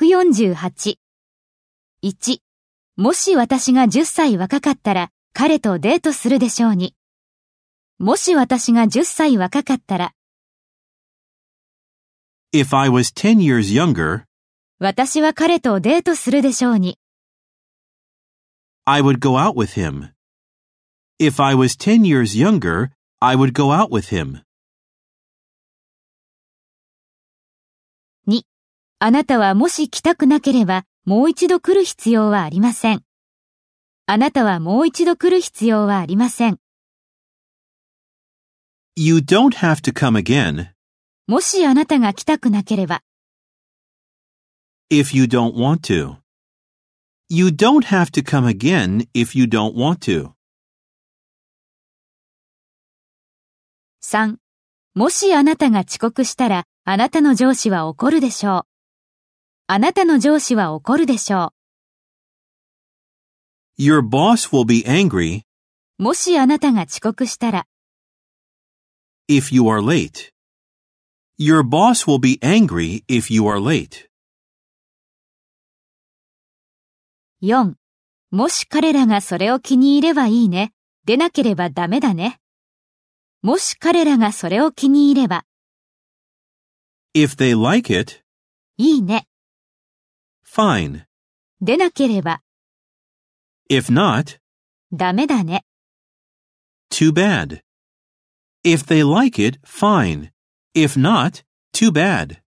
148.1. もし私が10歳若かったら彼とデートするでしょうに。もし私が10歳若かったら、 If I was 10 years younger, 私は彼とデートするでしょうに。 I would go out with him. If I was 10 years younger, I would go out with him. あなたはもし来たくなければもう一度来る必要はありません。あなたはもう一度来る必要はありません。 You don't have to come again もしあなたが来たくなければ、 if you don't want to. You don't have to come again if you don't want to. 3. もしあなたが遅刻したら、あなたの上司は怒るでしょう。あなたの上司は怒るでしょ Your boss will be angry う。もしあなたが遅刻したら、 if you are late. Your boss will be angry if you are late. 4. もし彼らがそれを気に入ればいいね。出なければダメだね。もし彼らがそれを気に入れば、 If they like it, いいね。 fine. 出なければ、 If not, ダメだね。 too bad. If they like it, fine. If not, too bad.